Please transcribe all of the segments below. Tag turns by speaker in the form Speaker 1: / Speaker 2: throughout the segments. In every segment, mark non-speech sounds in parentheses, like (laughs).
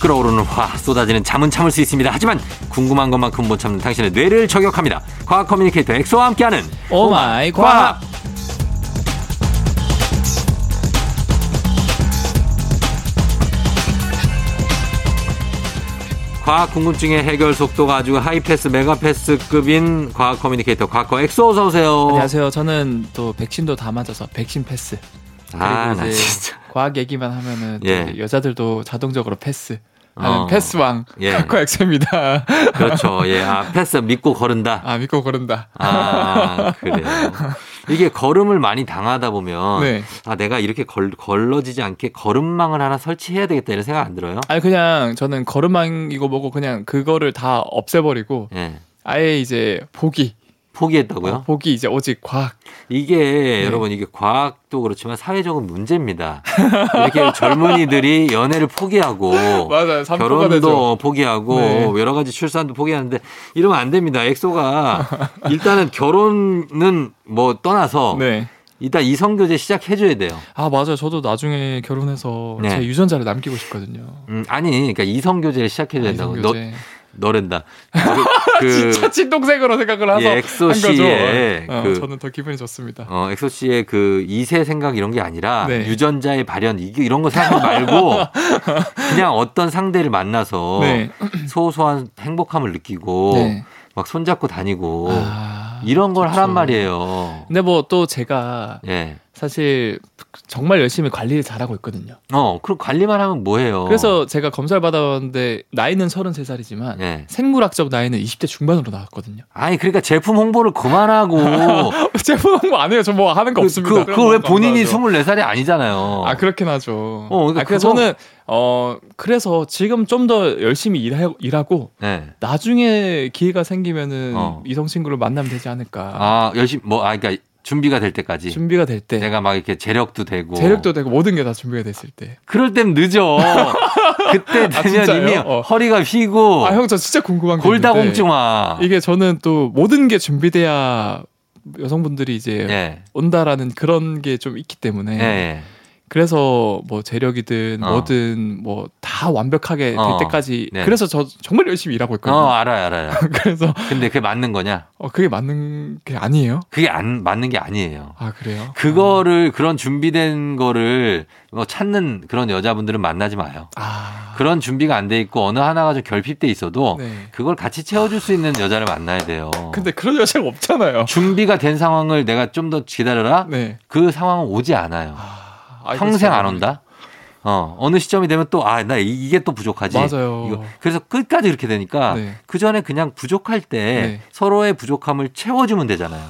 Speaker 1: 끓어오르는 화 쏟아지는 잠은 참을 수 있습니다. 하지만 궁금한 것만큼 못 참는 당신의 뇌를 저격합니다. 과학 커뮤니케이터 엑소와 함께하는
Speaker 2: 오마이 과학.
Speaker 1: 과학 궁금증의 해결 속도가 아주 하이패스 메가패스급인 과학 커뮤니케이터 과거 엑소 어서 오세요.
Speaker 2: 안녕하세요. 저는 또 백신도 다 맞아서 백신 패스. 그리고
Speaker 1: 아, 나
Speaker 2: 이제
Speaker 1: 진짜.
Speaker 2: 과학 얘기만 하면은 또
Speaker 1: 예.
Speaker 2: 이제 여자들도 자동적으로 패스. 나는
Speaker 1: 어.
Speaker 2: 패스왕 (laughs)
Speaker 1: 예.
Speaker 2: 카코 엑소입니다. (laughs)
Speaker 1: 그렇죠. 예. 아, 패스 믿고 거른다.
Speaker 2: 아 믿고 거른다.
Speaker 1: 아, 그래요. 이게 걸음을 많이 당하다 보면
Speaker 2: 네.
Speaker 1: 아, 내가 이렇게 걸, 걸러지지 않게 걸음망을 하나 설치해야 되겠다 이런 생각 안 들어요?
Speaker 2: 아니 그냥 저는 걸음망이고 뭐고 그냥 그거를 다 없애버리고
Speaker 1: 예.
Speaker 2: 아예 이제 보기
Speaker 1: 포기했다고요?
Speaker 2: 어, 보기 이제 오직 과학.
Speaker 1: 이게
Speaker 2: 네.
Speaker 1: 여러분 이게 과학도 그렇지만 사회적인 문제입니다. 이렇게 (laughs) 젊은이들이 연애를 포기하고
Speaker 2: 맞아요. 삼포가 되죠.
Speaker 1: 어. 결혼도 포기하고
Speaker 2: 네.
Speaker 1: 여러 가지 출산도 포기하는데 이러면 안 됩니다.
Speaker 2: (laughs)
Speaker 1: 엑소가 일단은 결혼은 뭐 떠나서
Speaker 2: 네.
Speaker 1: 일단 이성 교제 시작해 줘야 돼요.
Speaker 2: 아 맞아요. 저도 나중에 결혼해서
Speaker 1: 네.
Speaker 2: 제 유전자를 남기고 싶거든요.
Speaker 1: 음, 아니 그러니까 이성 교제를 시작해 줘야 된다고. 네, 너
Speaker 2: 아, 이성교제.
Speaker 1: 너랜다.
Speaker 2: (laughs)
Speaker 1: 그, 그
Speaker 2: 진짜 친동생으로 생각을 해서
Speaker 1: 예, 엑소
Speaker 2: 한 거죠.
Speaker 1: 씨의
Speaker 2: 어,
Speaker 1: 그-
Speaker 2: 저는 더 기분이 좋습니다.
Speaker 1: 어, 엑소 씨의 그 이세 생각 이런 게 아니라
Speaker 2: 네.
Speaker 1: 유전자의 발현 이게 이런 거 생각
Speaker 2: (laughs)
Speaker 1: 말고 그냥 어떤 상대를 만나서
Speaker 2: 네.
Speaker 1: 소소한 행복함을 느끼고
Speaker 2: 네.
Speaker 1: 막 손잡고 다니고
Speaker 2: 아,
Speaker 1: 어, 이런 걸 하란
Speaker 2: 좋죠.
Speaker 1: 말이에요.
Speaker 2: 근데 뭐 또 제가
Speaker 1: 예.
Speaker 2: 사실 정말 열심히 관리를 잘하고 있거든요.
Speaker 1: 어, 그럼 관리만 하면 뭐해요?
Speaker 2: 그래서 제가 검사를 받아봤는데 나이는 33살이지만
Speaker 1: 예.
Speaker 2: 생물학적 나이는 20대 중반으로 (laughs) 나왔거든요.
Speaker 1: 아니 그러니까 제품 홍보를
Speaker 2: (laughs)
Speaker 1: 그만하고
Speaker 2: 어, 제가 뭐안 해요. 저 뭐 하는 거
Speaker 1: 그,
Speaker 2: 없습니다.
Speaker 1: 그,
Speaker 2: 그런
Speaker 1: 그거 왜
Speaker 2: 거
Speaker 1: 본인이
Speaker 2: 감사하죠.
Speaker 1: 24살이 아니잖아요.
Speaker 2: 아 그렇긴 하죠.
Speaker 1: 어, 그러니까
Speaker 2: 아, 그래서
Speaker 1: 그거-
Speaker 2: 저는 어 그래서 지금 좀 더 열심히 일하, 일하고
Speaker 1: 네.
Speaker 2: 나중에 기회가 생기면은
Speaker 1: 어.
Speaker 2: 이성 친구를 만나면 되지 않을까.
Speaker 1: 아, 열심히 뭐 아 그러니까 준비가 될 때까지
Speaker 2: 준비가 될 때
Speaker 1: 내가 뭐 막 이렇게 재력도 되고
Speaker 2: 재력도 되고 모든 게 다 준비가 됐을 때.
Speaker 1: 그럴 땐
Speaker 2: (laughs)
Speaker 1: 늦어. 그때
Speaker 2: 아,
Speaker 1: 되면
Speaker 2: 진짜요?
Speaker 1: 이미
Speaker 2: 어.
Speaker 1: 허리가 휘고
Speaker 2: 아 형 저 진짜 궁금한 게 있는데
Speaker 1: 뭐. 골다공증 와.
Speaker 2: 이게 저는 또 모든 게 준비돼야 여성분들이 이제
Speaker 1: 예.
Speaker 2: 온다라는 그런 게 좀 있기 때문에
Speaker 1: 예. 예.
Speaker 2: 그래서 뭐 재력이든
Speaker 1: 어.
Speaker 2: 뭐든 뭐 다 완벽하게
Speaker 1: 어.
Speaker 2: 될 때까지
Speaker 1: 네.
Speaker 2: 그래서 저 정말 열심히 일하고 있거든요.
Speaker 1: 어, 알아요, 알아요.
Speaker 2: (laughs) 그래서
Speaker 1: 근데 그게 맞는 거냐?
Speaker 2: 어, 그게 맞는 게 아니에요?
Speaker 1: 그게 안 맞는 게 아니에요.
Speaker 2: 아 그래요?
Speaker 1: 그거를 그런 준비된 거를 뭐 찾는 그런 여자분들은 만나지 마요.
Speaker 2: 아
Speaker 1: 그런 준비가 안 돼 있고 어느 하나가 좀 결핍돼 있어도
Speaker 2: 네.
Speaker 1: 그걸 같이 채워줄 수 있는 여자를 만나야 돼요.
Speaker 2: 근데 그런 여자가 없잖아요.
Speaker 1: 준비가 된 상황을 내가 좀 더 기다려라.
Speaker 2: 네.
Speaker 1: 그 상황은 오지 않아요.
Speaker 2: 아, 아, 이거
Speaker 1: 평생
Speaker 2: 잘
Speaker 1: 안 온다. 어 어느 시점이 되면 또 아 나 이게 또 부족하지.
Speaker 2: 맞아요.
Speaker 1: 그래서 끝까지 이렇게 되니까
Speaker 2: 네.
Speaker 1: 그 전에 그냥 부족할 때
Speaker 2: 네.
Speaker 1: 서로의 부족함을 채워주면 되잖아요.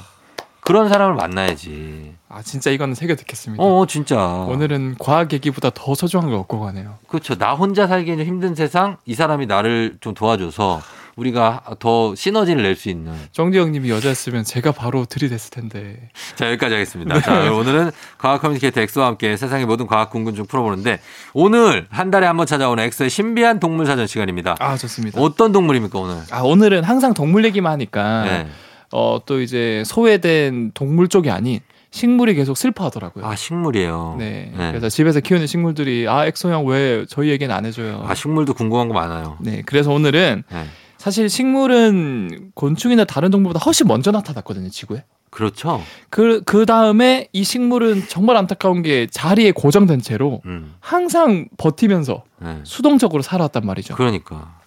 Speaker 1: 그런 사람을 만나야지.
Speaker 2: 아 진짜 이거는 새겨 듣겠습니다.
Speaker 1: 어 진짜.
Speaker 2: 그러니까. 오늘은 과학 얘기보다 더 소중한 걸 얻고 가네요.
Speaker 1: 그렇죠. 나 혼자 살기에는 힘든 세상 이 사람이 나를 좀 도와줘서 우리가 더 시너지를 낼 수 있는.
Speaker 2: 정재 형님이 여자였으면 제가 바로 들이댔을 텐데.
Speaker 1: 자 여기까지
Speaker 2: 네.
Speaker 1: 하겠습니다. 자 오늘은 과학 커뮤니케이터 엑소와 함께 세상의 모든 과학 궁금증 풀어보는데 오늘 한 달에 한 번 찾아오는 엑소의 신비한 동물 사전 시간입니다.
Speaker 2: 아 좋습니다.
Speaker 1: 어떤 동물입니까 오늘?
Speaker 2: 아 오늘은 항상 동물 얘기만 하니까
Speaker 1: 네.
Speaker 2: 어 또 이제 소외된 동물 쪽이 아닌 식물이 계속 슬퍼하더라고요.
Speaker 1: 아 식물이에요.
Speaker 2: 네.
Speaker 1: 네.
Speaker 2: 그래서 집에서 키우는 식물들이 아 엑소 형 왜 저희 얘기는 안 해줘요.
Speaker 1: 아 식물도 궁금한 거 많아요.
Speaker 2: 네. 그래서 오늘은
Speaker 1: 네.
Speaker 2: 사실 식물은 곤충이나 다른 동물보다 훨씬 먼저 나타났거든요 지구에.
Speaker 1: 그렇죠.
Speaker 2: 그, 그 다음에 이 식물은 정말 안타까운 게 자리에 고정된 채로
Speaker 1: 음.
Speaker 2: 항상 버티면서
Speaker 1: 네.
Speaker 2: 수동적으로 살아왔단 말이죠.
Speaker 1: 그러니까.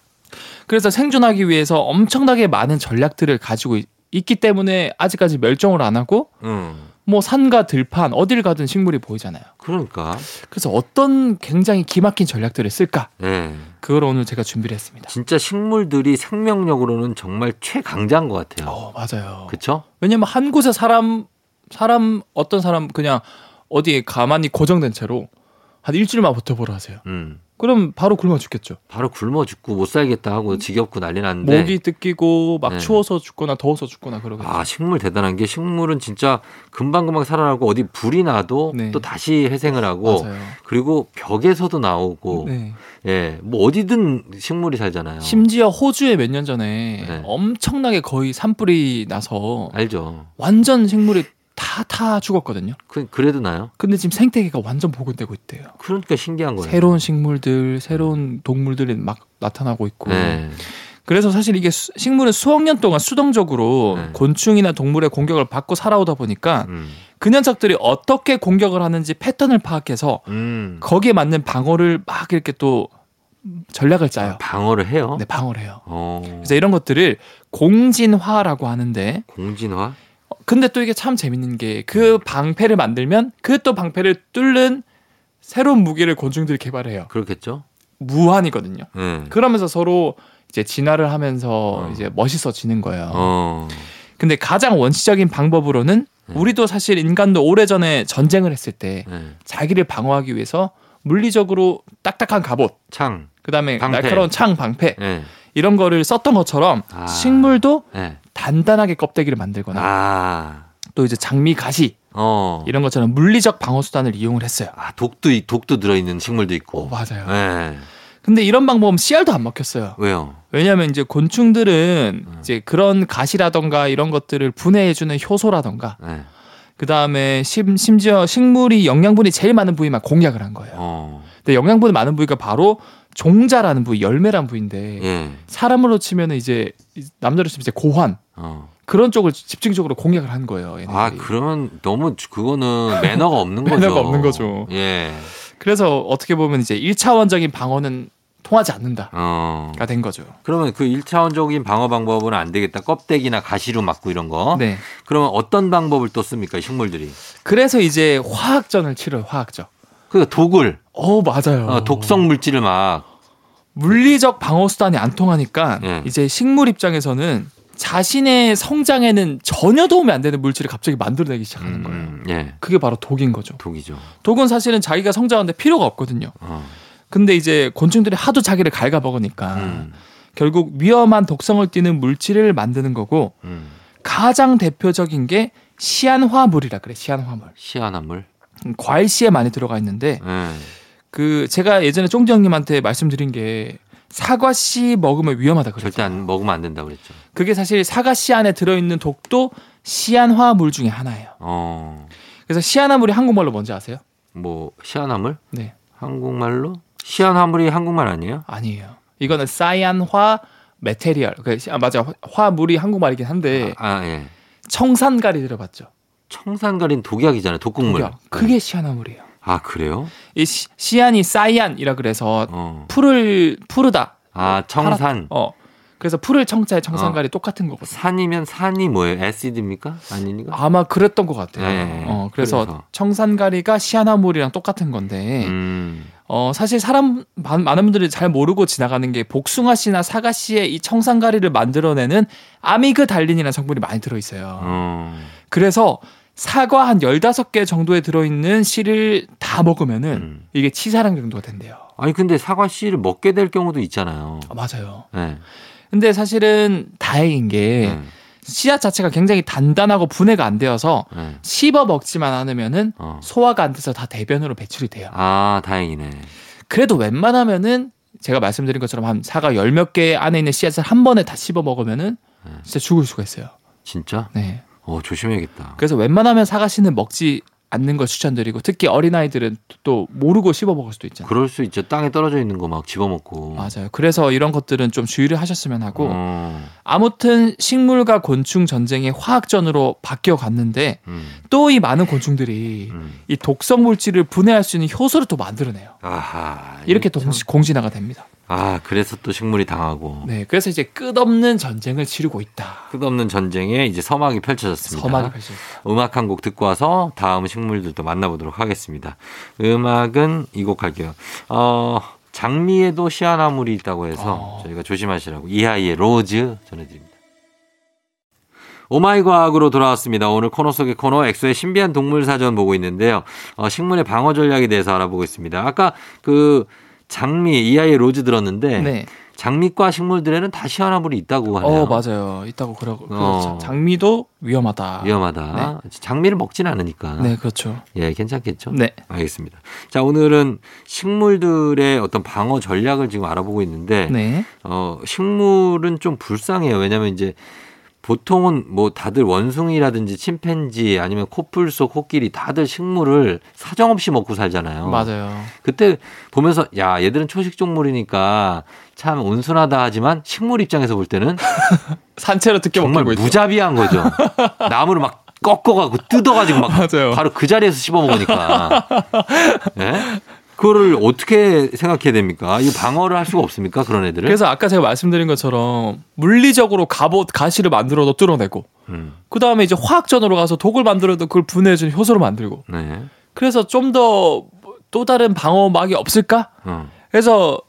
Speaker 2: 그래서 생존하기 위해서 엄청나게 많은 전략들을 가지고 있, 기 때문에 아직까지 멸종을 안 하고
Speaker 1: 음.
Speaker 2: 뭐 산과 들판 어딜 가든 식물이 보이잖아요.
Speaker 1: 그러니까.
Speaker 2: 그래서 어떤 굉장히 기막힌 전략들을 쓸까?
Speaker 1: 예.
Speaker 2: 그걸 오늘 제가 준비를 했습니다.
Speaker 1: 진짜 식물들이 생명력으로는 정말 최강자인 것 같아요.
Speaker 2: 어, 맞아요.
Speaker 1: 그렇죠?
Speaker 2: 왜냐면 한 곳에 사람 사람 어떤 사람 그냥 어디에 가만히 고정된 채로 한 일주일만 버텨보라 하세요.
Speaker 1: 음.
Speaker 2: 그럼 바로 굶어 죽겠죠.
Speaker 1: 바로 굶어 죽고 못 살겠다 하고 지겹고 난리 났는데
Speaker 2: 목이 뜯기고 막
Speaker 1: 네.
Speaker 2: 추워서 죽거나 더워서 죽거나 그러겠죠.
Speaker 1: 아, 식물 대단한 게 식물은 진짜 금방금방 살아나고 어디 불이 나도
Speaker 2: 네.
Speaker 1: 또 다시 회생을 하고
Speaker 2: 맞아요.
Speaker 1: 그리고 벽에서도 나오고
Speaker 2: 네.
Speaker 1: 예. 뭐 어디든 식물이 살잖아요.
Speaker 2: 심지어 호주에 몇 년 전에
Speaker 1: 네.
Speaker 2: 엄청나게 거의 산불이 나서
Speaker 1: 알죠.
Speaker 2: 완전 식물이 다 다 죽었거든요.
Speaker 1: 그, 그래도 나요?
Speaker 2: 근데 지금 생태계가 완전 복원되고 있대요.
Speaker 1: 그러니까 신기한 거예요.
Speaker 2: 새로운 식물들, 새로운 동물들이 막 나타나고 있고.
Speaker 1: 네.
Speaker 2: 그래서 사실 이게 수- 식물은 수억 년 동안 수동적으로
Speaker 1: 네.
Speaker 2: 곤충이나 동물의 공격을 받고 살아오다 보니까
Speaker 1: 음.
Speaker 2: 그 녀석들이 어떻게 공격을 하는지 패턴을 파악해서
Speaker 1: 음.
Speaker 2: 거기에 맞는 방어를 막 이렇게 또 전략을 짜요.
Speaker 1: 아, 방어를 해요?
Speaker 2: 네, 방어를 해요.
Speaker 1: 어.
Speaker 2: 그래서 이런 것들을 공진화라고 하는데
Speaker 1: 공진화?
Speaker 2: 어, 근데 또 이게 참 재밌는 게
Speaker 1: 음.
Speaker 2: 그 방패를 만들면 그 또 방패를 뚫는 새로운 무기를 곤충들이 개발해요.
Speaker 1: 그렇겠죠?
Speaker 2: 무한이거든요.
Speaker 1: 네.
Speaker 2: 그러면서 서로 이제 진화를 하면서
Speaker 1: 어.
Speaker 2: 이제 멋있어지는 거예요.
Speaker 1: 어.
Speaker 2: 근데 가장 원시적인 방법으로는
Speaker 1: 네.
Speaker 2: 우리도 사실 인간도 오래전에 전쟁을 했을 때
Speaker 1: 네.
Speaker 2: 자기를 방어하기 위해서 물리적으로 딱딱한 갑옷,
Speaker 1: 창.
Speaker 2: 그다음에
Speaker 1: 방패.
Speaker 2: 날카로운 창, 방패
Speaker 1: 네.
Speaker 2: 이런 거를 썼던 것처럼
Speaker 1: 아.
Speaker 2: 식물도
Speaker 1: 네.
Speaker 2: 단단하게 껍데기를 만들거나
Speaker 1: 아.
Speaker 2: 또 이제 장미, 가시
Speaker 1: 어.
Speaker 2: 이런 것처럼 물리적 방어 수단을 이용을 했어요.
Speaker 1: 아, 독도, 이- 독도 들어있는 식물도 있고.
Speaker 2: 맞아요.
Speaker 1: 네.
Speaker 2: 근데 이런 방법은 씨알도 안 먹혔어요.
Speaker 1: 왜요?
Speaker 2: 왜냐하면 이제 곤충들은
Speaker 1: 음.
Speaker 2: 이제 그런 가시라던가 이런 것들을 분해해주는 효소라던가
Speaker 1: 네.
Speaker 2: 그 다음에 심지어 식물이 영양분이 제일 많은 부위만 공략을 한 거예요.
Speaker 1: 어.
Speaker 2: 근데 영양분이 많은 부위가 바로 종자라는 부위, 열매라는 부위인데
Speaker 1: 예.
Speaker 2: 사람으로 치면은 이제 이- 남자로 치면 이제 고환
Speaker 1: 어.
Speaker 2: 그런 쪽을 집중적으로 공략을 한 거예요. 얘네들이.
Speaker 1: 아, 그러면 너무 주- 그거는 매너가
Speaker 2: (laughs)
Speaker 1: 없는 거죠.
Speaker 2: 매너가 없는 거죠.
Speaker 1: 예.
Speaker 2: 그래서 어떻게 보면 이제 1차원적인 방어는 통하지 않는다가
Speaker 1: 어.
Speaker 2: 된 거죠.
Speaker 1: 그러면 그 1차원적인 방어 방법은 안 되겠다. 껍데기나 가시로 막고 이런 거.
Speaker 2: 네.
Speaker 1: 그러면 어떤 방법을 또 씁니까, 식물들이?
Speaker 2: 그래서 이제 화학전을 치러요. 화학전.
Speaker 1: 그 독을,
Speaker 2: 어 맞아요.
Speaker 1: 어, 독성 물질을 막.
Speaker 2: 물리적 방어 수단이 안 통하니까
Speaker 1: 예.
Speaker 2: 이제 식물 입장에서는 자신의 성장에는 전혀 도움이 안 되는 물질을 갑자기 만들어내기 시작하는
Speaker 1: 음,
Speaker 2: 거예요.
Speaker 1: 음, 예.
Speaker 2: 그게 바로 독인 거죠.
Speaker 1: 독이죠.
Speaker 2: 독은 사실은 자기가 성장하는데 필요가 없거든요.
Speaker 1: 어.
Speaker 2: 근데 이제 곤충들이 하도 자기를 갉아먹으니까
Speaker 1: 음,
Speaker 2: 결국 위험한 독성을 띠는 물질을 만드는 거고
Speaker 1: 음.
Speaker 2: 가장 대표적인 게 시안화물이라 그래. 시안화물.
Speaker 1: 시아나물.
Speaker 2: 음, 과일 씨에 많이 들어가 있는데
Speaker 1: 예.
Speaker 2: 그 제가 예전에 쫑지 형님한테 말씀드린 게 사과 씨 먹으면 위험하다 그랬죠.
Speaker 1: 절대 안 먹으면 안 된다 그랬죠.
Speaker 2: 그게 사실 사과 씨 안에 들어있는 독도 시안화물 중에 하나예요.
Speaker 1: 어.
Speaker 2: 그래서 시안화물이 한국말로 뭔지 아세요?
Speaker 1: 뭐 시아나물?
Speaker 2: 네,
Speaker 1: 한국말로? 시아나물이 한국말 아니에요?
Speaker 2: 아니에요. 이거는 사이안화 메테리얼. 그 시- 아, 맞아. 화- 화물이 한국말이긴 한데
Speaker 1: 아, 예.
Speaker 2: 청산가리 들어봤죠.
Speaker 1: 청산가린 독약이잖아요. 독극물.
Speaker 2: 독약. 그게 시안화물이에요.
Speaker 1: 아, 그래요?
Speaker 2: 이 시, 시안이 사이안이라 그래서
Speaker 1: 어.
Speaker 2: 풀을 푸르다.
Speaker 1: 아, 청산.
Speaker 2: 어. 그래서 풀을 청자에 청산가리 똑같은 거거든요.
Speaker 1: 산이면 산이 뭐예요? 에시드입니까? 아니니까?
Speaker 2: 어. 아마 그랬던 것 같아요.
Speaker 1: 예, 예.
Speaker 2: 어, 그래서,
Speaker 1: 그래서.
Speaker 2: 청산가리가 시아나물이랑 똑같은 건데,
Speaker 1: 음.
Speaker 2: 어, 사실 사람, 많- 많은 분들이 잘 모르고 지나가는 게 복숭아 씨나 사과 씨의 이 청산가리를 만들어내는 아미그달린이라는 성분이 많이 들어있어요.
Speaker 1: 어.
Speaker 2: 그래서 사과 한 15개 정도에 들어있는 씨를 다 먹으면은
Speaker 1: 음.
Speaker 2: 이게 치사량 정도가 된대요.
Speaker 1: 아니 근데 사과 씨를 먹게 될 경우도 있잖아요.
Speaker 2: 아, 맞아요.
Speaker 1: 네.
Speaker 2: 근데 사실은 다행인 게
Speaker 1: 네.
Speaker 2: 씨앗 자체가 굉장히 단단하고 분해가 안 되어서
Speaker 1: 네.
Speaker 2: 씹어 먹지만 않으면은
Speaker 1: 어.
Speaker 2: 소화가 안 돼서 다 대변으로 배출이 돼요.
Speaker 1: 아 다행이네.
Speaker 2: 그래도 웬만하면은 제가 말씀드린 것처럼 한 사과 열 몇 개 안에 있는 씨앗을 한 번에 다 씹어 먹으면은
Speaker 1: 음.
Speaker 2: 진짜 죽을 수가 있어요.
Speaker 1: 진짜?
Speaker 2: 네.
Speaker 1: 어 조심해야겠다.
Speaker 2: 그래서 웬만하면 사과 씨는 먹지 않는 걸 추천드리고 특히 어린 아이들은 또 모르고 씹어 먹을 수도 있잖아요.
Speaker 1: 그럴 수 있죠. 땅에 떨어져 있는 거 막 집어먹고.
Speaker 2: 맞아요. 그래서 이런 것들은 좀 주의를 하셨으면 하고
Speaker 1: 어.
Speaker 2: 아무튼 식물과 곤충 전쟁이 화학전으로 바뀌어 갔는데
Speaker 1: 음.
Speaker 2: 또 이 많은 곤충들이
Speaker 1: 음.
Speaker 2: 이 독성 물질을 분해할 수 있는 효소를 또 만들어내요.
Speaker 1: 아하.
Speaker 2: 이렇게
Speaker 1: 이거
Speaker 2: 동-
Speaker 1: 참-
Speaker 2: 공진화가 됩니다.
Speaker 1: 아 그래서 또 식물이 당하고
Speaker 2: 네, 그래서 이제 끝없는 전쟁을 치르고 있다.
Speaker 1: 끝없는 전쟁에 이제 서막이 펼쳐졌습니다.
Speaker 2: 서막이 펼쳐졌다.
Speaker 1: 음악 한 곡 듣고 와서 다음 식물들도 만나보도록 하겠습니다. 음악은 이 곡 할게요. 어, 장미에도 시아나물이 있다고 해서
Speaker 2: 어.
Speaker 1: 저희가 조심하시라고 이하이의 로즈 전해드립니다. 오마이 과학으로 돌아왔습니다. 오늘 코너 속의 코너 엑소의 신비한 동물 사전 보고 있는데요. 어, 식물의 방어 전략에 대해서 알아보고 있습니다. 아까 그 장미 이하이의 로즈 들었는데
Speaker 2: 네.
Speaker 1: 장미과 식물들에는 다 시아나물이 있다고 하네요.
Speaker 2: 어, 맞아요. 있다고 그러고. 그
Speaker 1: 어.
Speaker 2: 자- 장미도 위험하다.
Speaker 1: 위험하다. 장미를 먹진 않으니까.
Speaker 2: 네, 그렇죠.
Speaker 1: 예, 괜찮겠죠?
Speaker 2: 네.
Speaker 1: 알겠습니다. 자, 오늘은 식물들의 어떤 방어 전략을 지금 알아보고 있는데,
Speaker 2: 네.
Speaker 1: 어, 식물은 좀 불쌍해요. 왜냐면 이제 보통은 뭐 다들 원숭이라든지 침팬지 아니면 코뿔 소 코끼리 다들 식물을 사정없이 먹고 살잖아요.
Speaker 2: 맞아요.
Speaker 1: 그때 보면서 야 얘들은 초식 동물이니까 참 온순하다 하지만 식물 입장에서 볼 때는
Speaker 2: 산채로 듣게
Speaker 1: 정말
Speaker 2: 먹고 있어.
Speaker 1: 무자비한
Speaker 2: (laughs)
Speaker 1: 거죠. 나무를 막 꺾어가고 뜯어가지고 막
Speaker 2: 맞아요.
Speaker 1: 바로 그 자리에서 씹어
Speaker 2: (laughs)
Speaker 1: 먹으니까. 예? 그거를 어떻게 생각해야 됩니까? 이 방어를 할 수가 없습니까? 그런 애들을?
Speaker 2: 그래서 아까 제가 말씀드린 것처럼 물리적으로 갑옷 가시를 만들어도 뚫어내고
Speaker 1: 음,
Speaker 2: 그 다음에 이제 화학전으로 가서 독을 만들어도 그걸 분해해주는 효소로 만들고
Speaker 1: 네.
Speaker 2: 그래서 좀 더 또 다른 방어막이 없을까?
Speaker 1: 어,
Speaker 2: 그래서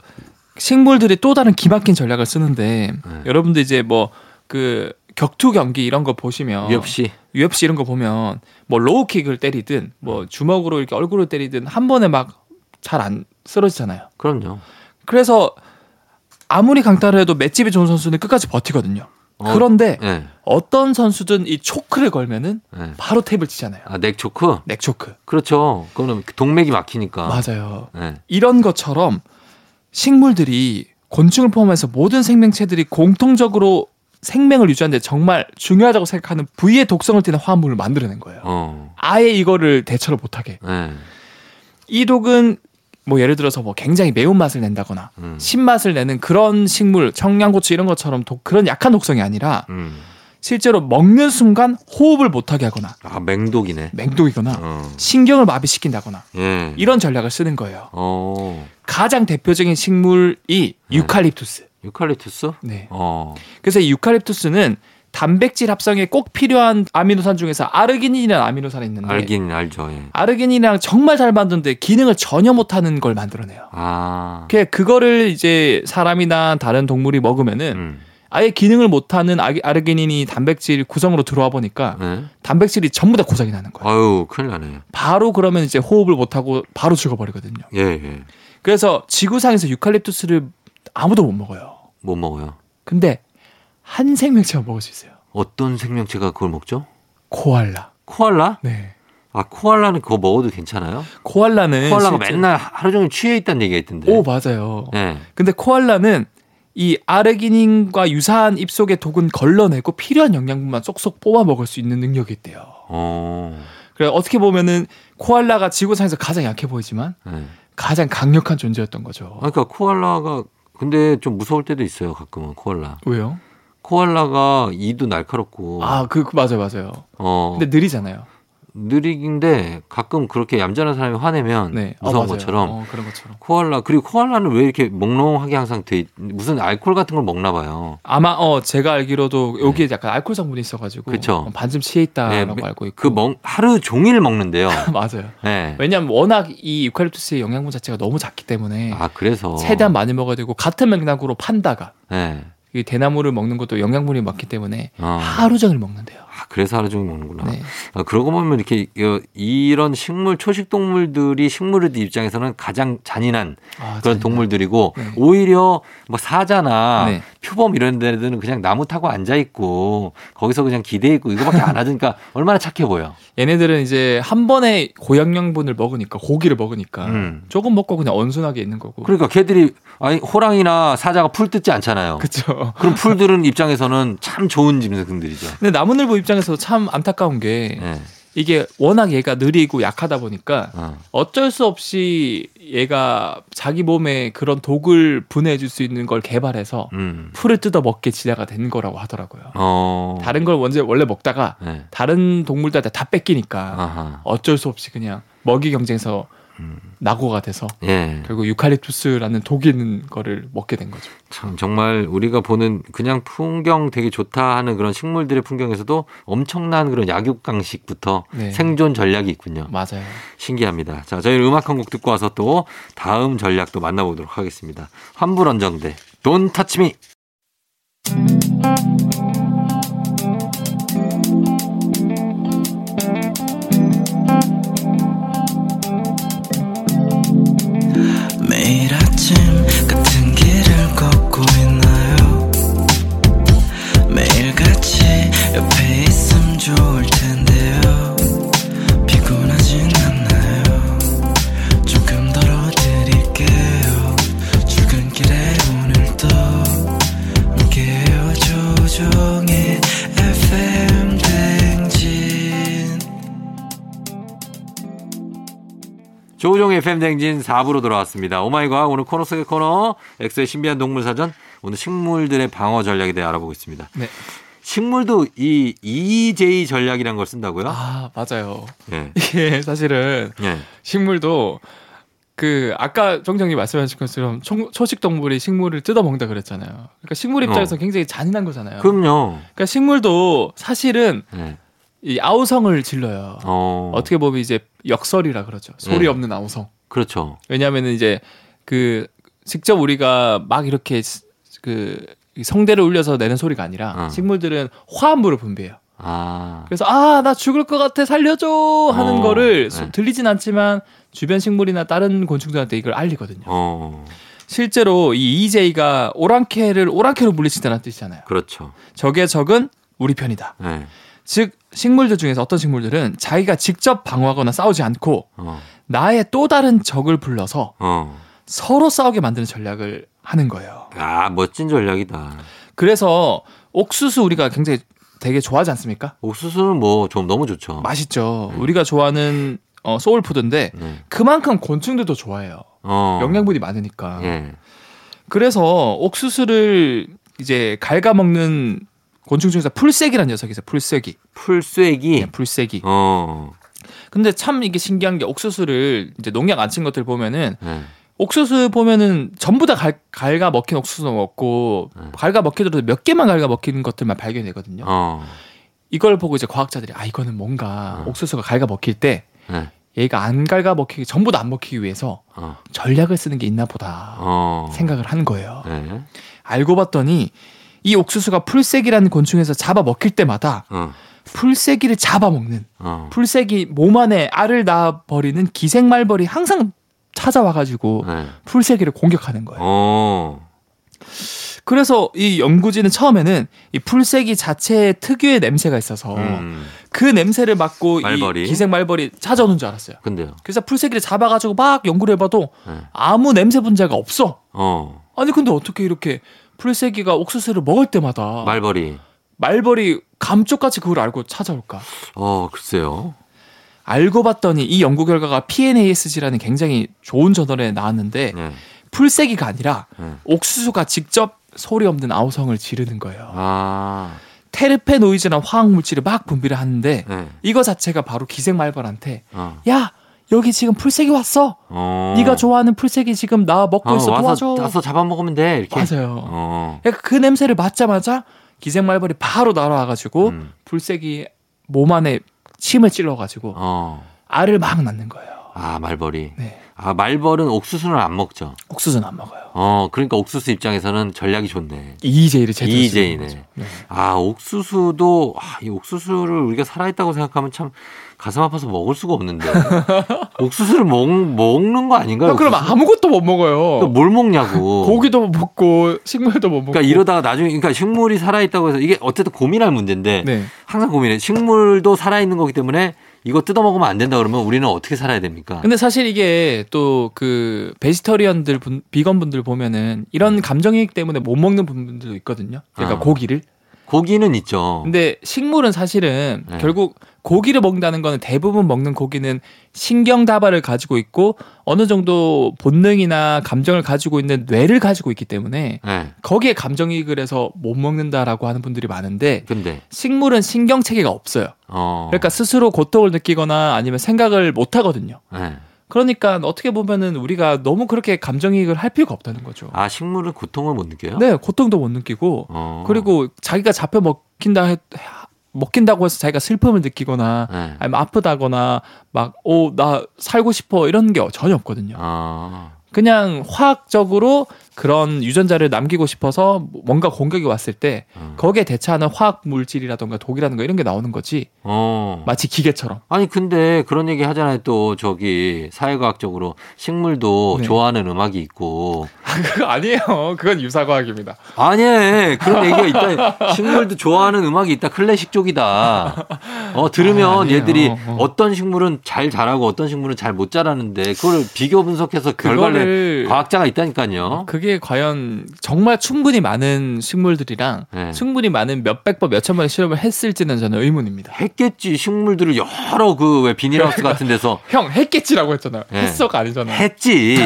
Speaker 2: 식물들이 또 다른 기막힌 전략을 쓰는데
Speaker 1: 네.
Speaker 2: 여러분들 이제 뭐 그 격투 경기 이런 거 보시면
Speaker 1: UFC.
Speaker 2: UFC 이런 거 보면 뭐 로우킥을 때리든 뭐
Speaker 1: 네.
Speaker 2: 주먹으로 이렇게 얼굴을 때리든 한 번에 막 잘 안 쓰러지잖아요.
Speaker 1: 그럼요.
Speaker 2: 그래서 아무리 강타를 해도 맷집이 좋은 선수는 끝까지 버티거든요.
Speaker 1: 어,
Speaker 2: 그런데
Speaker 1: 예.
Speaker 2: 어떤 선수든 이 초크를 걸면은
Speaker 1: 예.
Speaker 2: 바로 탭을 치잖아요.
Speaker 1: 아, 넥초크?
Speaker 2: 넥 초크.
Speaker 1: 그렇죠. 그거는 동맥이 막히니까.
Speaker 2: 맞아요.
Speaker 1: 예.
Speaker 2: 이런 것처럼 식물들이 곤충을 포함해서 모든 생명체들이 공통적으로 생명을 유지하는데 정말 중요하다고 생각하는 부위의 독성을 띠는 화합물을 만들어낸 거예요.
Speaker 1: 어.
Speaker 2: 아예 이거를 대처를 못하게.
Speaker 1: 예.
Speaker 2: 이 독은 뭐 예를 들어서 뭐 굉장히 매운 맛을 낸다거나
Speaker 1: 음.
Speaker 2: 신맛을 내는 그런 식물, 청양고추 이런 것처럼 독, 그런 약한 독성이 아니라
Speaker 1: 음.
Speaker 2: 실제로 먹는 순간 호흡을 못하게 하거나
Speaker 1: 아, 맹독이네.
Speaker 2: 맹독이거나
Speaker 1: 어.
Speaker 2: 신경을 마비시킨다거나
Speaker 1: 예.
Speaker 2: 이런 전략을 쓰는 거예요.
Speaker 1: 어.
Speaker 2: 가장 대표적인 식물이 유칼립투스.
Speaker 1: 유칼립투스?
Speaker 2: 네.
Speaker 1: 어.
Speaker 2: 그래서 이 유칼립투스는 단백질 합성에 꼭 필요한 아미노산 중에서 아르기닌이라는 아미노산이 있는데
Speaker 1: 알긴 알죠. 예.
Speaker 2: 르기닌이랑 정말 잘 만드는데 기능을 전혀 못하는 걸 만들어내요.
Speaker 1: 아.
Speaker 2: 그 그거를 이제 사람이나 다른 동물이 먹으면은
Speaker 1: 음.
Speaker 2: 아예 기능을 못하는 아- 아르기닌이 단백질 구성으로 들어와 보니까
Speaker 1: 예.
Speaker 2: 단백질이 전부 다 고장이 나는 거예요.
Speaker 1: 아유, 큰일 나네.
Speaker 2: 바로 그러면 이제 호흡을 못하고 바로 죽어버리거든요.
Speaker 1: 예, 예.
Speaker 2: 그래서 지구상에서 유칼립투스를 아무도 못 먹어요.
Speaker 1: 못뭐 먹어요.
Speaker 2: 근데 한 생명체만 먹을 수 있어요.
Speaker 1: 어떤 생명체가 그걸 먹죠?
Speaker 2: 코알라.
Speaker 1: 코알라?
Speaker 2: 네.
Speaker 1: 아, 코알라는 그거 먹어도 괜찮아요?
Speaker 2: 코알라는
Speaker 1: 코알라가
Speaker 2: 네, 실제-
Speaker 1: 맨날 하루 종일 취해 있다는 얘기가 있던데.
Speaker 2: 오 맞아요.
Speaker 1: 예.
Speaker 2: 근데 코알라는 이 아르기닌과 유사한 입속의 독은 걸러내고 필요한 영양분만 쏙쏙 뽑아 먹을 수 있는 능력이 있대요.
Speaker 1: 어.
Speaker 2: 그래 어떻게 보면은 코알라가 지구상에서 가장 약해 보이지만
Speaker 1: 예.
Speaker 2: 가장 강력한 존재였던 거죠.
Speaker 1: 아, 그러니까 코알라가 근데 좀 무서울 때도 있어요. 가끔은 코알라.
Speaker 2: 왜요?
Speaker 1: 코알라가 이도 날카롭고
Speaker 2: 아그 그, 맞아요 맞아요.
Speaker 1: 어
Speaker 2: 근데 느리잖아요.
Speaker 1: 느리긴데 가끔 그렇게 얌전한 사람이 화내면
Speaker 2: 네.
Speaker 1: 음,
Speaker 2: 어,
Speaker 1: 무서운
Speaker 2: 맞아요.
Speaker 1: 것처럼
Speaker 2: 어, 그런 것처럼.
Speaker 1: 코알라 그리고 코알라는 왜 이렇게 몽롱하게 항상 돼 있- 무슨 알코올 같은 걸 먹나 봐요.
Speaker 2: 아마 어 제가 알기로도 여기에 약간 알코올 성분이 있어가지고
Speaker 1: 네. 그쵸.
Speaker 2: 어, 반쯤 취해 있다라고
Speaker 1: 네,
Speaker 2: 알고 있고
Speaker 1: 그 멍, 하루 종일 먹는데요.
Speaker 2: (laughs) 맞아요.
Speaker 1: 네.
Speaker 2: 왜냐하면 워낙 이 유칼립투스의 영양분 자체가 너무 작기 때문에
Speaker 1: 아 그래서
Speaker 2: 최대한 많이 먹어야 되고 같은 맥락으로 판다가
Speaker 1: 네.
Speaker 2: 이 대나무를 먹는 것도 영양분이 많기 때문에
Speaker 1: 어.
Speaker 2: 하루 종일 먹는데요.
Speaker 1: 아, 그래서 하루 종일 먹는구나.
Speaker 2: 네.
Speaker 1: 아, 그러고 보면 이렇게 이- 이런 식물 초식 동물들이 식물의 입장에서는 가장 잔인한
Speaker 2: 아,
Speaker 1: 그런
Speaker 2: 잔인하다.
Speaker 1: 동물들이고
Speaker 2: 네.
Speaker 1: 오히려 뭐 사자나
Speaker 2: 네.
Speaker 1: 표범 이런 데들은 그냥 나무 타고 앉아 있고 거기서 그냥 기대 있고 이거밖에 안 하니까 얼마나 착해 보여.
Speaker 2: 얘네들은 이제 한 번에 고양양분을 먹으니까 고기를 먹으니까
Speaker 1: 음.
Speaker 2: 조금 먹고 그냥 언순하게 있는 거고.
Speaker 1: 그러니까 걔들이 아니 호랑이나 사자가 풀 뜯지 않잖아요.
Speaker 2: 그렇죠.
Speaker 1: 그럼 풀들은 입장에서는 참 좋은 짐승들이죠.
Speaker 2: 근데 나무늘보 입장에서 참 안타까운 게
Speaker 1: 예.
Speaker 2: 이게 워낙 얘가 느리고 약하다 보니까
Speaker 1: 어.
Speaker 2: 어쩔 수 없이 얘가 자기 몸에 그런 독을 분해해 줄 수 있는 걸 개발해서
Speaker 1: 음.
Speaker 2: 풀을 뜯어 먹게 진화가 된 거라고 하더라고요.
Speaker 1: 어.
Speaker 2: 다른 걸 원래 원래 먹다가
Speaker 1: 예.
Speaker 2: 다른 동물들한테 다 뺏기니까
Speaker 1: 아하.
Speaker 2: 어쩔 수 없이 그냥 먹이 경쟁에서
Speaker 1: 음.
Speaker 2: 낙오가 돼서
Speaker 1: 예.
Speaker 2: 결국 유칼립투스라는 독이 있는 거를 먹게 된 거죠.
Speaker 1: 참 정말 우리가 보는 그냥 풍경 되게 좋다 하는 그런 식물들의 풍경에서도 엄청난 그런 약육강식부터
Speaker 2: 네.
Speaker 1: 생존 전략이 있군요.
Speaker 2: 맞아요.
Speaker 1: 신기합니다. 자, 저희 음악 한 곡 듣고 와서 또 다음 전략도 만나보도록 하겠습니다. 환불원정대 돈 터치미.
Speaker 3: 매일 아침 같은 길을 걷고 있나요 매일 같이 옆에 있음 좋을 텐데요 피곤하진 않나요 조금 덜어드릴게요 출근길에 오늘도 함께해요 조종의
Speaker 1: 조우종의 팬댕진 4부로 돌아왔습니다. 오마이갓 오늘 코너 속의 코너 엑소의 신비한 동물 사전 오늘 식물들의 방어 전략에 대해 알아보고 있습니다.
Speaker 2: 네.
Speaker 1: 식물도 이 EJ 전략이란 걸 쓴다고요?
Speaker 2: 아, 맞아요. (laughs)
Speaker 1: 예.
Speaker 2: 이게 사실은
Speaker 1: 예.
Speaker 2: 식물도 그 아까 정장님 말씀하신 것처럼 초, 초식 동물이 식물을 뜯어 먹는다 그랬잖아요. 그러니까 식물 입장에서 는 굉장히 잔인한 거잖아요. 그, 러
Speaker 1: 어. 그럼요.
Speaker 2: 니까 식물도 사실은
Speaker 1: 예.
Speaker 2: 이 아우성을 질러요.
Speaker 1: 어.
Speaker 2: 어. 떻게 보면 이제 역설이라 그러죠. 소리
Speaker 1: 음.
Speaker 2: 없는 아우성.
Speaker 1: 그렇죠.
Speaker 2: 왜냐하면은 이제 그 직접 우리가 막 이렇게 스- 그이 성대를 울려서 내는 소리가 아니라
Speaker 1: 어.
Speaker 2: 식물들은 화음부를 분비해요.
Speaker 1: 아.
Speaker 2: 그래서 아 나 죽을 것 같아 살려줘 하는
Speaker 1: 어,
Speaker 2: 거를
Speaker 1: 네.
Speaker 2: 들리진 않지만 주변 식물이나 다른 곤충들한테 이걸 알리거든요.
Speaker 1: 어.
Speaker 2: 실제로 이 EJ가 오랑캐를 오랑캐로 물리친다는 뜻이잖아요.
Speaker 1: 그렇죠.
Speaker 2: 적의 적은 우리 편이다.
Speaker 1: 예.
Speaker 2: 즉 식물들 중에서 어떤 식물들은 자기가 직접 방어하거나 싸우지 않고
Speaker 1: 어.
Speaker 2: 나의 또 다른 적을 불러서
Speaker 1: 어.
Speaker 2: 서로 싸우게 만드는 전략을 하는 거예요.
Speaker 1: 아, 멋진 전략이다.
Speaker 2: 그래서 옥수수 우리가 굉장히 되게 좋아하지 않습니까?
Speaker 1: 옥수수는 뭐 좀 너무 좋죠.
Speaker 2: 맛있죠.
Speaker 1: 음.
Speaker 2: 우리가 좋아하는 어, 소울푸드인데
Speaker 1: 네.
Speaker 2: 그만큼 곤충들도 좋아해요.
Speaker 1: 어.
Speaker 2: 영양분이 많으니까.
Speaker 1: 예.
Speaker 2: 그래서 옥수수를 이제 갉아먹는 곤충 중에서 풀새기라는 녀석이 있어요. 풀새기.
Speaker 1: 예. 풀쐐기.
Speaker 2: 그냥 풀새기.
Speaker 1: 어.
Speaker 2: 근데 참 이게 신기한 게 옥수수를 이제 농약 안 친 것들 보면은
Speaker 1: 예.
Speaker 2: 옥수수 보면은 전부 다 갈, 갈가 먹힌 옥수수도 먹고
Speaker 1: 네.
Speaker 2: 갈가 먹히더라도 몇 개만 갈가 먹히는 것들만 발견되거든요.
Speaker 1: 어.
Speaker 2: 이걸 보고 이제 과학자들이 아 이거는 뭔가
Speaker 1: 어.
Speaker 2: 옥수수가 갈가 먹힐 때
Speaker 1: 예.
Speaker 2: 얘가 안 갈가 먹히기 전부 다 안 먹히기 위해서
Speaker 1: 어.
Speaker 2: 전략을 쓰는 게 있나 보다
Speaker 1: 어.
Speaker 2: 생각을 한 거예요.
Speaker 1: 예.
Speaker 2: 알고 봤더니 이 옥수수가 풀새기라는 곤충에서 잡아 먹힐 때마다
Speaker 1: 어.
Speaker 2: 풀새기를 잡아먹는
Speaker 1: 어.
Speaker 2: 풀새기 몸 안에 알을 낳아 버리는 기생말벌이 항상 찾아와가지고
Speaker 1: 예.
Speaker 2: 풀새기를 네. 공격하는 거예요.
Speaker 1: 어.
Speaker 2: 그래서 이 연구진은 처음에는 이 풀새기 자체의 특유의 냄새가 있어서
Speaker 1: 음.
Speaker 2: 그 냄새를 맡고
Speaker 1: 말벌이?
Speaker 2: 이 기생말벌이 찾아오는 줄 알았어요.
Speaker 1: 근데요.
Speaker 2: 그래서 풀새기를 잡아가지고 막 연구를 해봐도
Speaker 1: 예.
Speaker 2: 아무 냄새 분자가 없어.
Speaker 1: 어.
Speaker 2: 아니 근데 어떻게 이렇게 풀새기가 옥수수를 먹을 때마다
Speaker 1: 말벌이.
Speaker 2: 말벌이 감쪽같이 그걸 알고 찾아올까?
Speaker 1: 어, 글쎄요.
Speaker 2: 알고 봤더니 이 연구 결과가 PNASG라는 굉장히 좋은 저널에 나왔는데
Speaker 1: 예.
Speaker 2: 풀새기가 아니라
Speaker 1: 네.
Speaker 2: 옥수수가 직접 소리 없는 아우성을 지르는 거예요.
Speaker 1: 아.
Speaker 2: 테르페노이드라는 화학 물질을 막 분비를 하는데
Speaker 1: 예.
Speaker 2: 이거 자체가 바로 기생말벌한테
Speaker 1: 어.
Speaker 2: 야 여기 지금 풀새기 왔어.
Speaker 1: 어.
Speaker 2: 네가 좋아하는 풀새기 지금 나 먹고
Speaker 1: 어,
Speaker 2: 있어
Speaker 1: 와서,
Speaker 2: 도와줘.
Speaker 1: 와서 잡아먹으면 돼. 이렇게.
Speaker 2: 맞아요.
Speaker 1: 어.
Speaker 2: 그러니까 그 냄새를 맡자마자 기생말벌이 바로 날아와가지고
Speaker 1: 음.
Speaker 2: 불색이 몸 안에 침을 찔러가지고
Speaker 1: 어.
Speaker 2: 알을 막 낳는 거예요.
Speaker 1: 아, 말벌이.
Speaker 2: 네.
Speaker 1: 아, 말벌은 옥수수는 안 먹죠.
Speaker 2: 옥수수는 안 먹어요.
Speaker 1: 어, 그러니까 옥수수 입장에서는 전략이 좋네.
Speaker 2: EJ를 제대로
Speaker 1: EJ 네.
Speaker 2: 쓰는 거죠. 네.
Speaker 1: 아, 옥수수도, 아, 이 옥수수를 우리가 살아있다고 생각하면 참 가슴 아파서 먹을 수가
Speaker 2: (laughs)
Speaker 1: 없는데. 옥수수를 먹, 먹는 거 아닌가요?
Speaker 2: 아, 그럼
Speaker 1: 옥수수?
Speaker 2: 아무것도 못 먹어요.
Speaker 1: 그러니까 뭘 먹냐고.
Speaker 2: (laughs) 고기도 못 먹고 식물도 못 먹고.
Speaker 1: 그러니까 이러다가 나중에, 그러니까 식물이 살아있다고 해서 이게 어쨌든 고민할 문제인데
Speaker 2: 네.
Speaker 1: 항상 고민해. 식물도 살아있는 거기 때문에 이거 뜯어먹으면 안 된다 그러면 우리는 어떻게 살아야 됩니까?
Speaker 2: 근데 사실 이게 또 그 베지터리언들 분, 비건 분들 보면은 이런 감정이기 때문에 못 먹는 분들도 있거든요. 그러니까
Speaker 1: 음. 아.
Speaker 2: 고기를.
Speaker 1: 고기는 있죠.
Speaker 2: 근데 식물은 사실은
Speaker 1: 네.
Speaker 2: 결국 고기를 먹는다는 거는 대부분 먹는 고기는 신경 다발을 가지고 있고 어느 정도 본능이나 감정을 가지고 있는 뇌를 가지고 있기 때문에
Speaker 1: 네.
Speaker 2: 거기에 감정이익을 해서 못 먹는다라고 하는 분들이 많은데
Speaker 1: 근데,
Speaker 2: 식물은 신경 체계가 없어요.
Speaker 1: 어.
Speaker 2: 그러니까 스스로 고통을 느끼거나 아니면 생각을 못 하거든요.
Speaker 1: 네.
Speaker 2: 그러니까 어떻게 보면은 우리가 너무 그렇게 감정이익을 할 필요가 없다는 거죠.
Speaker 1: 아, 식물은 고통을 못 느껴요?
Speaker 2: 네, 고통도 못 느끼고
Speaker 1: 어.
Speaker 2: 그리고 자기가 잡혀 먹힌다 했- 먹힌다고 해서 자기가 슬픔을 느끼거나
Speaker 1: 네.
Speaker 2: 아니면 아프다거나 막 오 나 살고 싶어 이런 게 전혀 없거든요.
Speaker 1: 아.
Speaker 2: 그냥 화학적으로 그런 유전자를 남기고 싶어서 뭔가 공격이 왔을 때
Speaker 1: 음.
Speaker 2: 거기에 대처하는 화학 물질이라던가 독이라는 거 이런 게 나오는 거지
Speaker 1: 어.
Speaker 2: 마치 기계처럼 (laughs)
Speaker 1: 아니 근데 그런 얘기 하잖아요. 또 저기 사회과학적으로 식물도
Speaker 2: 네.
Speaker 1: 좋아하는 음악이 있고
Speaker 2: 아 그거 아니에요 그건 유사과학입니다 (laughs)
Speaker 1: 아니 그런 얘기가 있다. 식물도 좋아하는 음악이 있다. 클래식 쪽이다. 어, 들으면
Speaker 2: 아, 아니에요.
Speaker 1: 얘들이
Speaker 2: 어.
Speaker 1: 어떤 식물은 잘 자라고 어떤 식물은 잘 못 자라는데 그걸 비교 분석해서 결과를
Speaker 2: 그거를
Speaker 1: 과학자가 있다니까요.
Speaker 2: 그게 과연 정말 충분히 많은 식물들이랑
Speaker 1: 네.
Speaker 2: 충분히 많은 몇백 번, 몇천 번의 실험을 했을지는 저는 의문입니다.
Speaker 1: 했겠지 식물들을 여러 그 왜 비닐하우스 같은 데서
Speaker 2: 형 했겠지라고 했잖아요.
Speaker 1: 네.
Speaker 2: 했어가 아니잖아요. (laughs)
Speaker 1: 했지.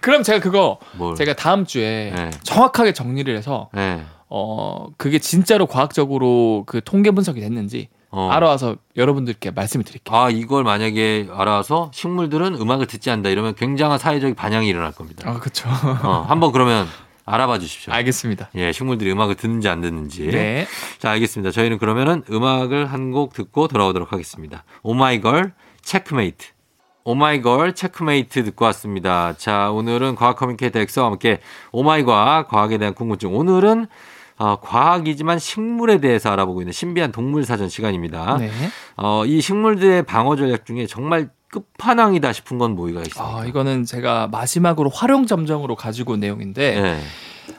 Speaker 2: 그럼 제가 그거
Speaker 1: 뭘.
Speaker 2: 제가 다음 주에
Speaker 1: 네.
Speaker 2: 정확하게 정리를 해서
Speaker 1: 예.
Speaker 2: 어 그게 진짜로 과학적으로 그 통계 분석이 됐는지
Speaker 1: 어.
Speaker 2: 알아와서 여러분들께 말씀을 드릴게요.
Speaker 1: 아 이걸 만약에 알아서 식물들은 음악을 듣지 않는다 이러면 굉장한 사회적 반향이 일어날 겁니다.
Speaker 2: 아 그렇죠.
Speaker 1: 어, 한번 그러면 알아봐 주십시오.
Speaker 2: (laughs) 알겠습니다.
Speaker 1: 예, 식물들이 음악을 듣는지 안 듣는지.
Speaker 2: 네.
Speaker 1: 자, 알겠습니다. 저희는 그러면은 음악을 한 곡 듣고 돌아오도록 하겠습니다. Oh 오마이걸 체크메이트. Oh 오마이걸 체크메이트 듣고 왔습니다. 자, 오늘은 과학 커뮤니케이터 엑서와 함께 Oh 오마이과 과학에 대한 궁금증. 오늘은 어, 과학이지만 식물에 대해서 알아보고 있는 신비한 동물 사전 시간입니다.
Speaker 2: 네.
Speaker 1: 어, 이 식물들의 방어 전략 중에 정말 끝판왕이다 싶은 건 뭐가 있습니까?
Speaker 2: 아 이거는 제가 마지막으로 활용 점정으로 가지고 온 내용인데
Speaker 1: 예.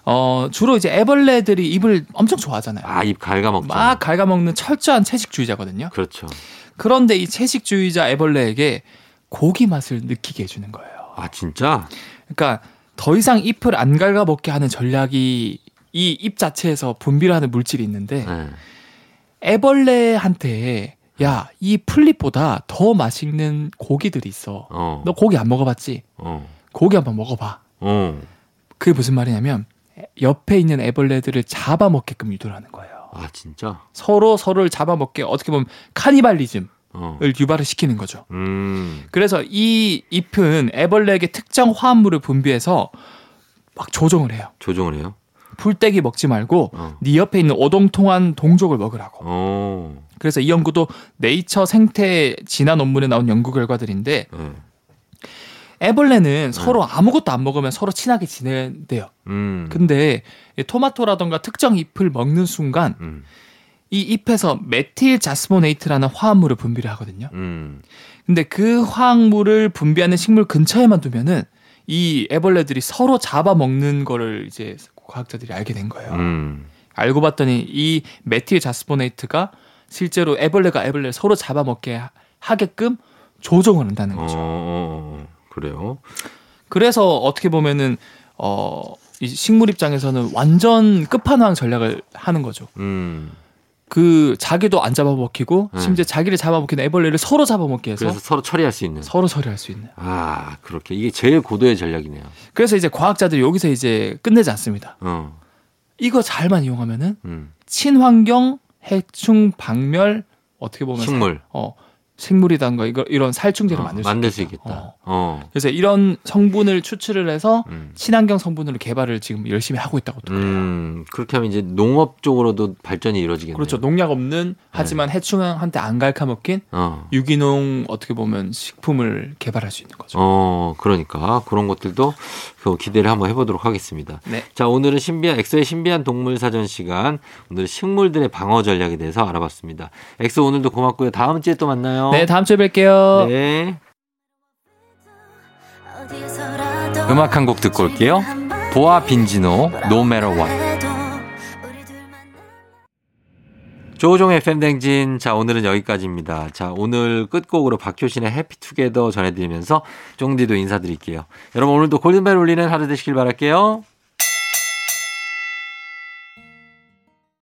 Speaker 2: 어 주로 이제 애벌레들이 입을 엄청 좋아하잖아요.
Speaker 1: 아, 입 갉아먹죠.
Speaker 2: 막 갉아먹는 그 철저한 채식주의자거든요.
Speaker 1: 그렇죠.
Speaker 2: 그런데 이 채식주의자 애벌레에게 고기 맛을 느끼게 해주는 거예요.
Speaker 1: 아, 진짜?
Speaker 2: 그러니까 더 이상 잎을 안 갉아먹게 하는 전략이 이 잎 자체에서 분비를 하는 물질이 있는데
Speaker 1: 예.
Speaker 2: 애벌레한테 야 이 풀잎보다 더 맛있는 고기들이 있어.
Speaker 1: 어.
Speaker 2: 너 고기 안 먹어봤지?
Speaker 1: 어.
Speaker 2: 고기 한번 먹어봐.
Speaker 1: 어.
Speaker 2: 그게 무슨 말이냐면 옆에 있는 애벌레들을 잡아먹게끔 유도를 하는 거예요.
Speaker 1: 아, 진짜?
Speaker 2: 서로 서로를 잡아먹게 어떻게 보면 카니발리즘을
Speaker 1: 어.
Speaker 2: 유발을 시키는 거죠.
Speaker 1: 음.
Speaker 2: 그래서 이 잎은 애벌레에게 특정 화합물을 분비해서 막 조정을 해요.
Speaker 1: 조정을 해요?
Speaker 2: 풀떼기 먹지 말고
Speaker 1: 어.
Speaker 2: 네 옆에 있는 오동통한 동족을 먹으라고.
Speaker 1: 어.
Speaker 2: 그래서 이 연구도 네이처 생태 진화 논문에 나온 연구 결과들인데
Speaker 1: 예.
Speaker 2: 애벌레는 서로 아무것도 안 먹으면 서로 친하게 지낸대요.
Speaker 1: 음.
Speaker 2: 근데 이 토마토라던가 특정 잎을 먹는 순간
Speaker 1: 음.
Speaker 2: 이 잎에서 메틸 자스모네이트라는 화합물을 분비를 하거든요.
Speaker 1: 음.
Speaker 2: 근데 그 화학물을 분비하는 식물 근처에만 두면은 이 애벌레들이 서로 잡아먹는 거를 이제 과학자들이 알게 된 거예요.
Speaker 1: 음.
Speaker 2: 알고 봤더니 이 메틸 자스포네이트가 실제로 애벌레가 애벌레를 서로 잡아먹게 하- 하게끔 조종을 한다는
Speaker 1: 어,
Speaker 2: 거죠.
Speaker 1: 어, 어. 그래요?
Speaker 2: 그래서 어떻게 보면은 어, 이 식물 입장에서는 완전 끝판왕 전략을 하는 거죠.
Speaker 1: 음.
Speaker 2: 그 자기도 안 잡아먹히고
Speaker 1: 네.
Speaker 2: 심지어 자기를 잡아먹히는 애벌레를 서로 잡아먹게 해서
Speaker 1: 그래서 서로 처리할 수 있는.
Speaker 2: 서로 처리할 수 있는.
Speaker 1: 아, 그렇게. 이게 제일 고도의 전략이네요.
Speaker 2: 그래서 이제 과학자들이 여기서 이제 끝내지 않습니다.
Speaker 1: 어.
Speaker 2: 이거 잘만 이용하면은
Speaker 1: 음.
Speaker 2: 친환경 해충 박멸 어떻게 보면
Speaker 1: 식물.
Speaker 2: 어 식물이던가 이거 이런 살충제를
Speaker 1: 어,
Speaker 2: 만들 수
Speaker 1: 만들 수
Speaker 2: 있겠다.
Speaker 1: 있겠다.
Speaker 2: 어.
Speaker 1: 어.
Speaker 2: 그래서 이런 성분을 추출을 해서
Speaker 1: 음.
Speaker 2: 친환경 성분으로 개발을 지금 열심히 하고 있다고 또 그래요.
Speaker 1: 음, 그렇게 하면 이제 농업 쪽으로도 발전이 이루어지겠네요.
Speaker 2: 그렇죠. 농약 없는 하지만 해충한테 안 갈카먹긴
Speaker 1: 어.
Speaker 2: 유기농 어떻게 보면 식품을 개발할 수 있는 거죠.
Speaker 1: 어, 그러니까 그런 것들도 그 기대를 한번 해보도록 하겠습니다.
Speaker 2: 네.
Speaker 1: 자, 오늘은 신비한 엑소의 신비한 동물 사전 시간, 오늘 식물들의 방어 전략에 대해서 알아봤습니다. 엑소 오늘도 고맙고요. 다음 주에 또 만나요.
Speaker 2: 네, 다음 주에 뵐게요.
Speaker 1: 네.
Speaker 4: 음악 한 곡 듣고 올게요. 보아 빈지노 No Matter What.
Speaker 1: 조종의 팬댕진. 자, 오늘은 여기까지입니다. 자, 오늘 끝곡으로 박효신의 해피투게더 전해드리면서 쫑디도 인사드릴게요. 여러분 오늘도 골든벨 울리는 하루 되시길 바랄게요.